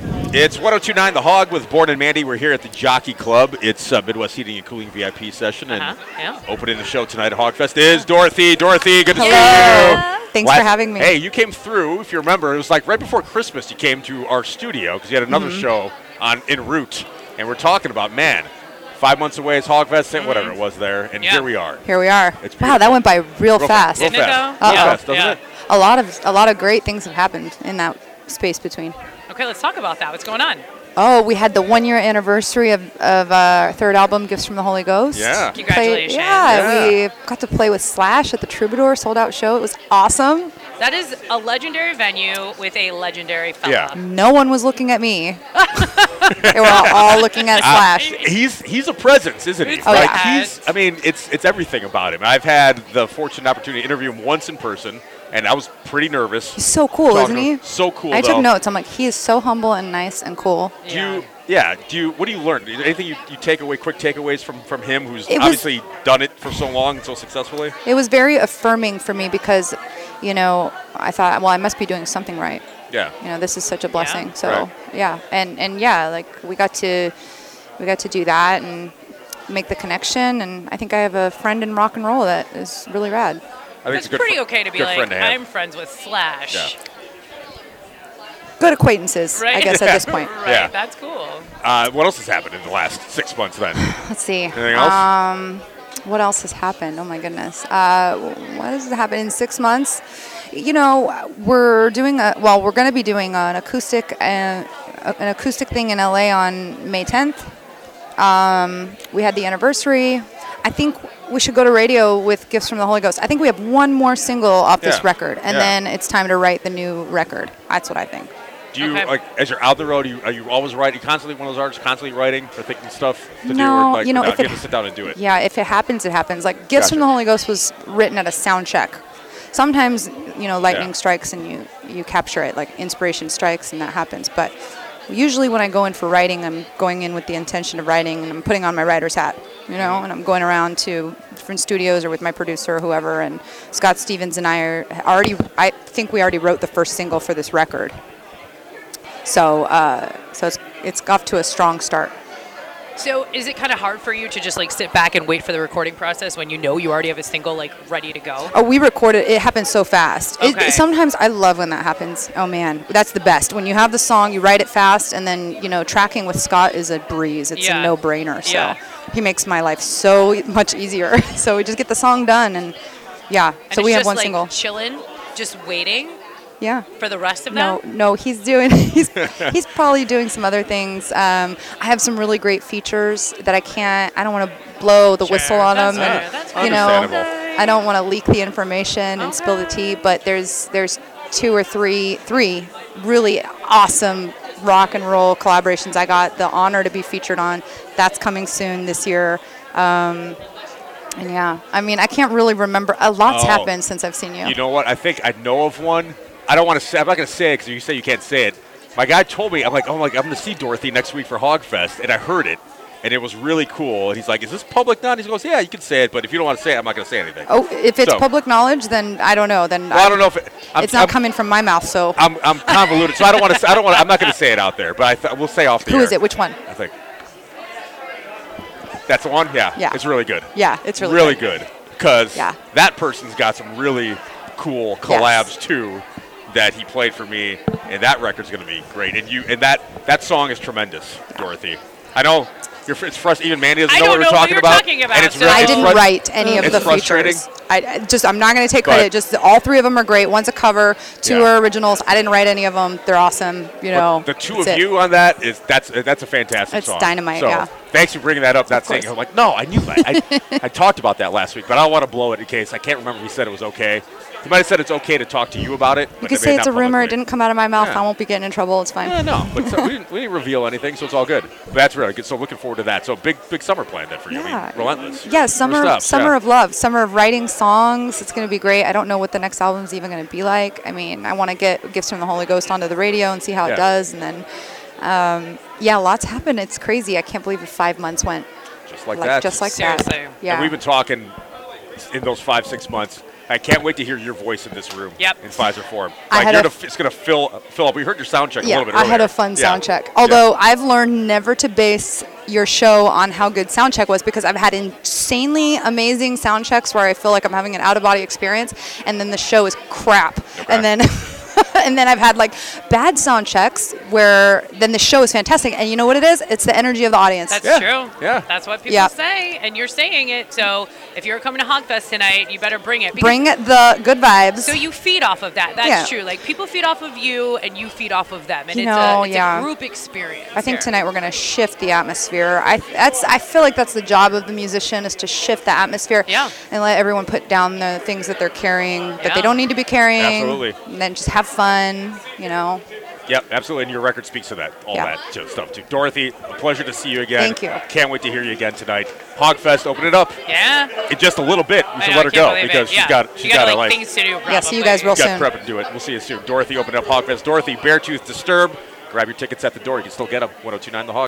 It's 1029 The Hog with Born and Mandy. We're here at the Jockey Club. It's uh, Midwest Heating and Cooling VIP session. And Uh-huh, yeah. opening the show tonight at Hogfest is Dorothy. Dorothy, good to see you. Hello. Thanks Last- for having me. Hey, you came through, if you remember, it was like right before Christmas you came to our studio because you had another Mm-hmm. show on En route. And we're talking about, man, five months away is Hogfest, and whatever it was there. And Mm-hmm. Yeah. here we are. Here we are. It's wow, that beautiful. went by real, fast. Real Didn't it fast. go? Real Yeah. fast, doesn't Yeah. it? A lot of a lot of great things have happened in that space between. Okay, let's talk about that. What's going on? Oh, we had the one year anniversary of, of uh, our third album, Gifts from the Holy Ghost. Yeah. Played- Congratulations. yeah, Yeah. we got to play with Slash at the Troubadour sold out show. It was awesome. That is a legendary venue with a legendary fella. Yeah. No one was looking at me. they were all, all looking at Ah. Slash. he's he's a presence, isn't he? It's Oh, like yeah. he's I mean, it's it's everything about him. I've had the fortunate opportunity to interview him once in person and I was pretty nervous. He's so cool, Talking isn't to he? him. So cool I though. took notes. I'm like, he is so humble and nice and cool. Do you yeah, do you what do you learn? Anything you, you take away quick takeaways from from him who's It was- obviously done it for so long and so successfully? It was very affirming for me because, you know, I thought, well, I must be doing something right. Yeah. You know, this is such a blessing. So Right. yeah, and and yeah, like we got to we got to do that and make the connection. And I think I have a friend in rock and roll that is really rad. I think It's a good pretty fr- okay to be good like, friend to have. I'm friends with Slash. Yeah. Good acquaintances, I Right? guess, at this point. Right, Yeah. that's cool. Uh, what else has happened in the last six months then? Let's see. Anything else? Um, what else has happened? Oh my goodness. Uh, what has happened in six months? You know, we're doing a well. We're going to be doing an acoustic uh, an acoustic thing in LA on May 10th. Um, we had the anniversary. I think we should go to radio with gifts from the Holy Ghost. I think we have one more single off this Yeah. record, and Yeah. then it's time to write the new record. That's what I think. Do you Okay. like as you're out the road? You, are you always writing? Constantly one of those artists, constantly writing or thinking stuff to do, or No, like you know, without- if it- have to sit down and do it. Yeah, if it happens, it happens. Like Gifts from Gotcha. the Holy Ghost was written at a sound check. Sometimes, you know, lightning Yeah. strikes and you you capture it. Like inspiration strikes and that happens. But usually, when I go in for writing, I'm going in with the intention of writing and I'm putting on my writer's hat. You Mm-hmm. know, and I'm going around to different studios or with my producer or whoever. And Scott Stevens and I are already. I think we already wrote the first single for this record. So, uh, so it's it's off to a strong start. So is it kind of hard for you to just like sit back and wait for the recording process when you know you already have a single like ready to go? Oh, we recorded. It happens so fast. It- Okay. It, sometimes I love when that happens. Oh man, that's the best. When you have the song, you write it fast, and then you know tracking with Scott is a breeze. It's Yeah. a no-brainer. So Yeah. he makes my life so e- much easier. so we just get the song done, and yeah. And so it's we just have one like single. Chilling, just waiting Yeah. for the rest of No, them. no, he's doing. He's he's probably doing some other things. Um, I have some really great features that I can't. I don't want to blow the whistle on that's them. and, fair, that's you know, understandable. I don't want to leak the information and spill the tea. But there's there's two or three three really awesome rock and roll collaborations. I got the honor to be featured on. That's coming soon this year. Um, and yeah, I mean, I can't really remember. A lot's Oh. happened since I've seen you. You know what? I think I know of one. I don't want to say. I'm not going to say it because you say you can't say it. My guy told me. I'm like, oh my! I'm going to see Dorothy next week for Hogfest, and I heard it, and it was really cool. And he's like, is this public knowledge? He goes, yeah, you can say it, but if you don't want to say it, I'm not going to say anything. Oh, if it's So- public knowledge, then I don't know. Then Well, I don't know if it, I'm, it's not I'm- coming from my mouth. So I'm, I'm convoluted, so I don't want to. I don't want. I'm not going to say it out there, but I th- we'll say off the who air. is it? Which one? I think. That's the one? Yeah. Yeah. It's really good. Yeah, it's really, good. good. Because Yeah. that person's got some really cool collabs too that he played for me, and that record's going to be great. And you and that that song is tremendous, Dorothy. I know you're, fr- it's frustrating. Even Mandy doesn't I know what don't we're know what talking, you're about, talking about, And it's so really- I it's didn't frus- write any of it's the frustrating. features. I, I just I'm not going to take But- credit. Just all three of them are great. One's a cover, two Yeah. are originals. I didn't write any of them. They're awesome. But You know, the two That's of it. you on that is that's uh, that's a fantastic It's song. dynamite, So yeah. thanks for bringing that up. That thing. course. I'm like, no, I knew that. I, I talked about that last week, but I don't want to blow it in case I can't remember. if He said it was okay. He might have said it's okay to talk to you about it. You could say it's a rumor. It didn't come out of my mouth. Yeah. I won't be getting in trouble. It's fine. Yeah, Eh, no, but so we, didn't, we didn't reveal anything, so it's all good. But that's really good. So looking forward to that. So big, big summer plan then for you. I mean, relentless. Yeah, Your summer, stuff, summer yeah. of love, summer of writing songs. It's going to be great. I don't know what the next album's even going to be like. I mean, I want to get gifts from the Holy Ghost onto the radio and see how Yeah. it does, and then, um, yeah, lots happened. It's crazy. I can't believe the five months went just like, that. just like Seriously. that. Yeah, And we've been talking in those five, six months. I can't wait to hear your voice in this room Yep. in Pfizer form. Like, I had you're a- gonna, f- it's going to fill, fill up. We heard your sound check a Yeah, little bit I earlier. had a fun Yeah. sound check. Yeah. Although I've learned never to base your show on how good sound check was because I've had insanely amazing sound checks where I feel like I'm having an out of body experience, and then the show is crap, and then. And then I've had like bad sound checks where then the show is fantastic. And you know what it is? It's the energy of the audience. That's Yeah, true. yeah. That's what people Yeah. say, and you're saying it. So if you're coming to Hogfest tonight, you better bring it. because- Bring the good vibes. So you feed off of that. That's Yeah. true. Like people feed off of you, and you feed off of them, and You it's, a, know, it's yeah. a group experience. I think here. tonight we're going to shift the atmosphere. I that's I feel like that's the job of the musician is to shift the atmosphere. Yeah. And let everyone put down the things that they're carrying that Yeah. they don't need to be carrying. Absolutely. And then just have fun. You know. Yep, absolutely. And your record speaks to that, all Yeah. that too, stuff too. Dorothy, a pleasure to see you again. Thank you. Can't wait to hear you again tonight. Hogfest, open it up Yeah. in just a little bit. We I should know, I let her can't go believe it. because Yeah. she's got You she's got like, a life. things to do. Probably. Yeah, see you guys real got soon. prep and do it. We'll see you soon. Dorothy, open up Hogfest. Dorothy, Beartooth, Disturb. Grab your tickets at the door. You can still get them. 1029 The Hog.